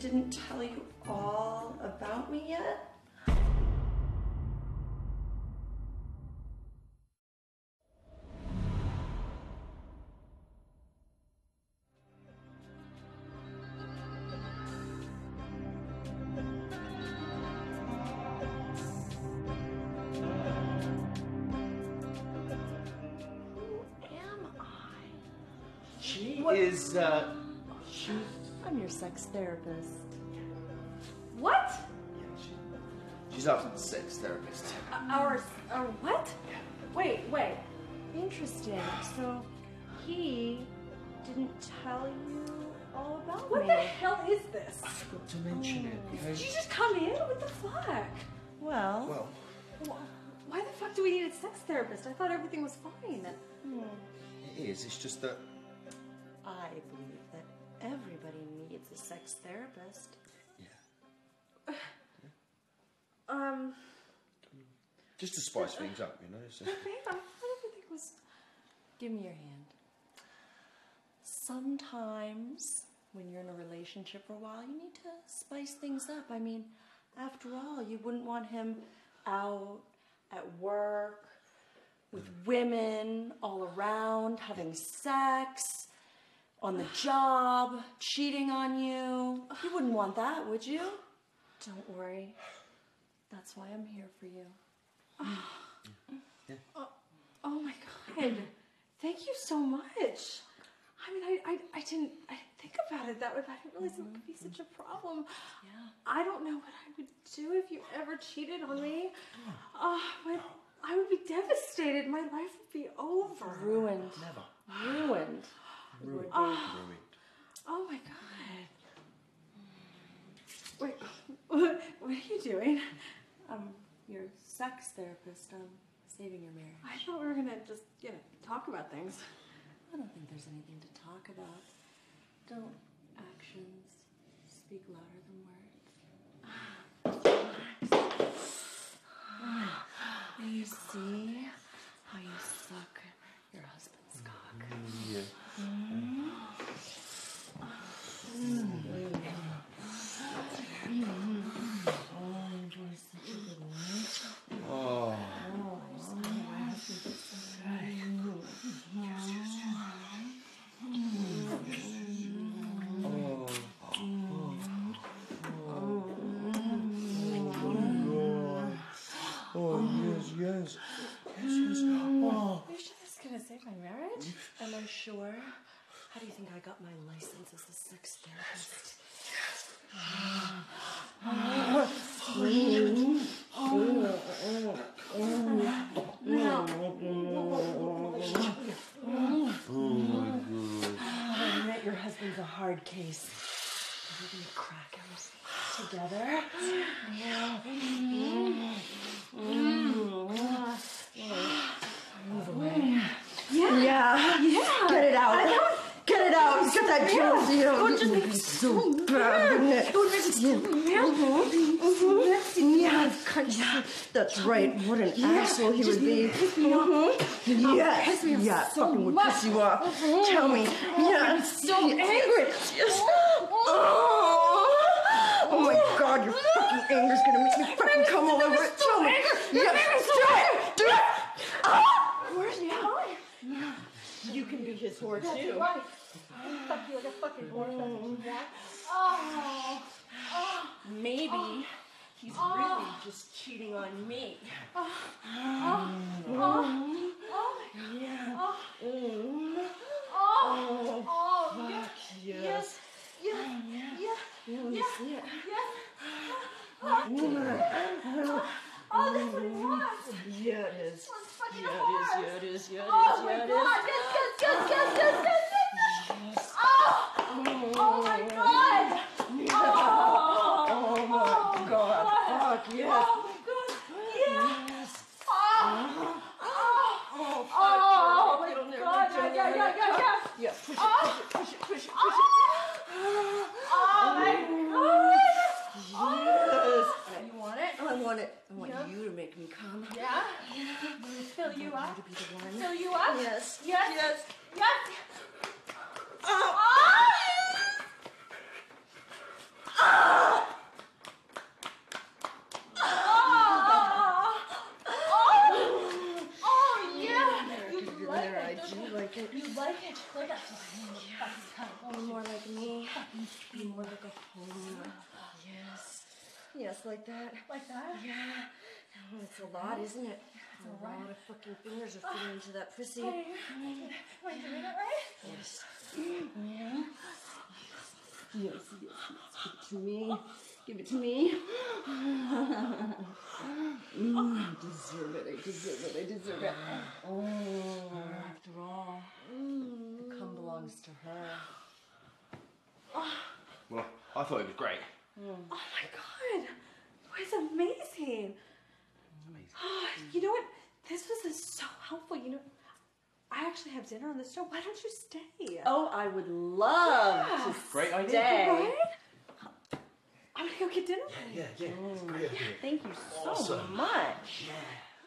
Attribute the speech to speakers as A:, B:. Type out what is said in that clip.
A: didn't tell you all about me yet? Who am I?
B: She
A: What-
B: is, uh, she,
C: I'm your sex therapist.
D: What?
B: yeah, she, she's often the sex therapist.
D: Our, our what? Wait, wait.
C: Interesting. So he didn't tell you all about
D: What
C: me.
D: the hell is this?
B: I forgot to mention it.
D: Did you just come in? What the fuck?
C: Well,
B: Well,
D: Wh- Why the fuck do we need a sex therapist? I thought everything was fine.
B: it is. It's just that
C: I believe that everybody needs a sex therapist.
D: Um,
B: just to spice things up, you know. So.
D: babe, I thought everything was.
C: Give me your hand. Sometimes when you're in a relationship for a while, you need to spice things up. I mean, after all, you wouldn't want him out at work with women all around, having sex on the job, cheating on you. You wouldn't want that, would you? Don't worry. That's why I'm here for you.
D: Oh my god. Thank you so much. I mean, I, I, I didn't I didn't think about it that way, but I didn't realize it would be such a problem.
C: Yeah.
D: I don't know what I would do if you ever cheated on me. Uh, my, I would be devastated. My life would be over.
C: Ruined.
B: Never.
C: Ruined.
B: Ruined.
C: Ah.
B: Ruined.
D: Oh my god. Wait, what, what are you doing?
C: Um, your sex therapist, um, saving your marriage.
D: I thought we were gonna just, you know, talk about things.
C: I don't think there's anything to talk about. Don't actions speak louder than words? Now you see how you suck your husband's cock.
B: Yeah. Oh, Oh, yes, yes, yes, yes. Oh,
C: You sure this is gonna save my marriage? Am I sure? How do you think I got my license as a sex therapist?
D: No.
C: I bet your husband's a hard case. We're gonna crack him together.
D: Yeah.
A: Yeah.
D: Yeah.
A: Get it out. Get it out. Get that juice. You know,
D: It would just be so
A: bad, wouldn't it?
D: It would make it so weird.
A: Yeah, yeah, that's right. What an asshole he would be. Mhm. Yes, yeah, fucking would piss you off. Tell me, yeah, so angry. Yes. Oh. oh my god, your fucking anger's gonna make me fucking come all over it. Tell me, yes, do it, do it. Ah.
D: Where's your eye?
A: You can be his whore too.
D: Right. I'll Fuck you like a fucking horse. Yeah. Oh. Oh.
C: Maybe he's really just cheating on me.
D: Oh. Oh. Oh.
A: Yeah.
D: Oh.
A: Mm.
D: Oh. Oh. Yeah.
A: Fuck yes.
D: Yes. Yeah.
A: Yeah.
D: Yeah.
A: Yeah, let me
D: Yeah.
A: see it.
D: Oh.
A: Mm.
D: Oh, that's what he wants.
A: Yeah, it is.
D: It's fucking
A: Yeah,
D: a
A: it is.
D: horse.
A: Yeah, it is. Yeah, it is.
D: Oh my
A: yeah, it
D: god. Yes, yes, yes, yes, yes, yes, yes, yes. Oh.
A: is.
D: Oh my god. Oh.
A: Oh my god. Fuck yes.
D: Oh my god. Yeah.
A: Yes.
D: Oh. Oh.
A: Oh, fuck.
D: Oh, my
A: Get on there,
D: God.
A: get on
D: Yeah,
A: there.
D: yeah, yeah, yeah,
A: Yeah, push it,
D: Oh.
A: push it, push it, push it.
D: Oh my
A: Yes.
D: god. You want it?
A: I want it. I want
D: Yeah.
A: you to make me come.
D: Yeah. Fill you
A: I want
D: up.
A: you to be the one.
D: Fill you up.
A: Yes.
D: Yes.
A: Yes.
D: Yes.
A: Oh.
D: Oh.
A: Oh.
E: Oh yeah, you like
A: There, I
E: it. don't
A: do like it.
E: You You like it. Like a flying.
C: More like me. More like a
A: Yes. Yes, like that.
E: Like that.
C: Oh, It's a lot, isn't it? It's a lot of fucking fingers are fitting into that pussy.
E: Am I doing it right?
A: Yes, yes, yes. Give it to me. Give it to me. Mm, I deserve it. I deserve it. I deserve it. Oh,
C: After all, the cum belongs to her.
B: Well, I thought it was great.
D: Oh my god, that was amazing. Ah, you know what? This was uh, so helpful. You know, I actually have dinner on the stove. Why don't you stay?
C: Oh, I would love to
B: Great idea.
C: stay.
D: Right? I'm gonna go get dinner.
B: Yeah, yeah. It's great idea.
C: Thank you so
B: Awesome.
C: much.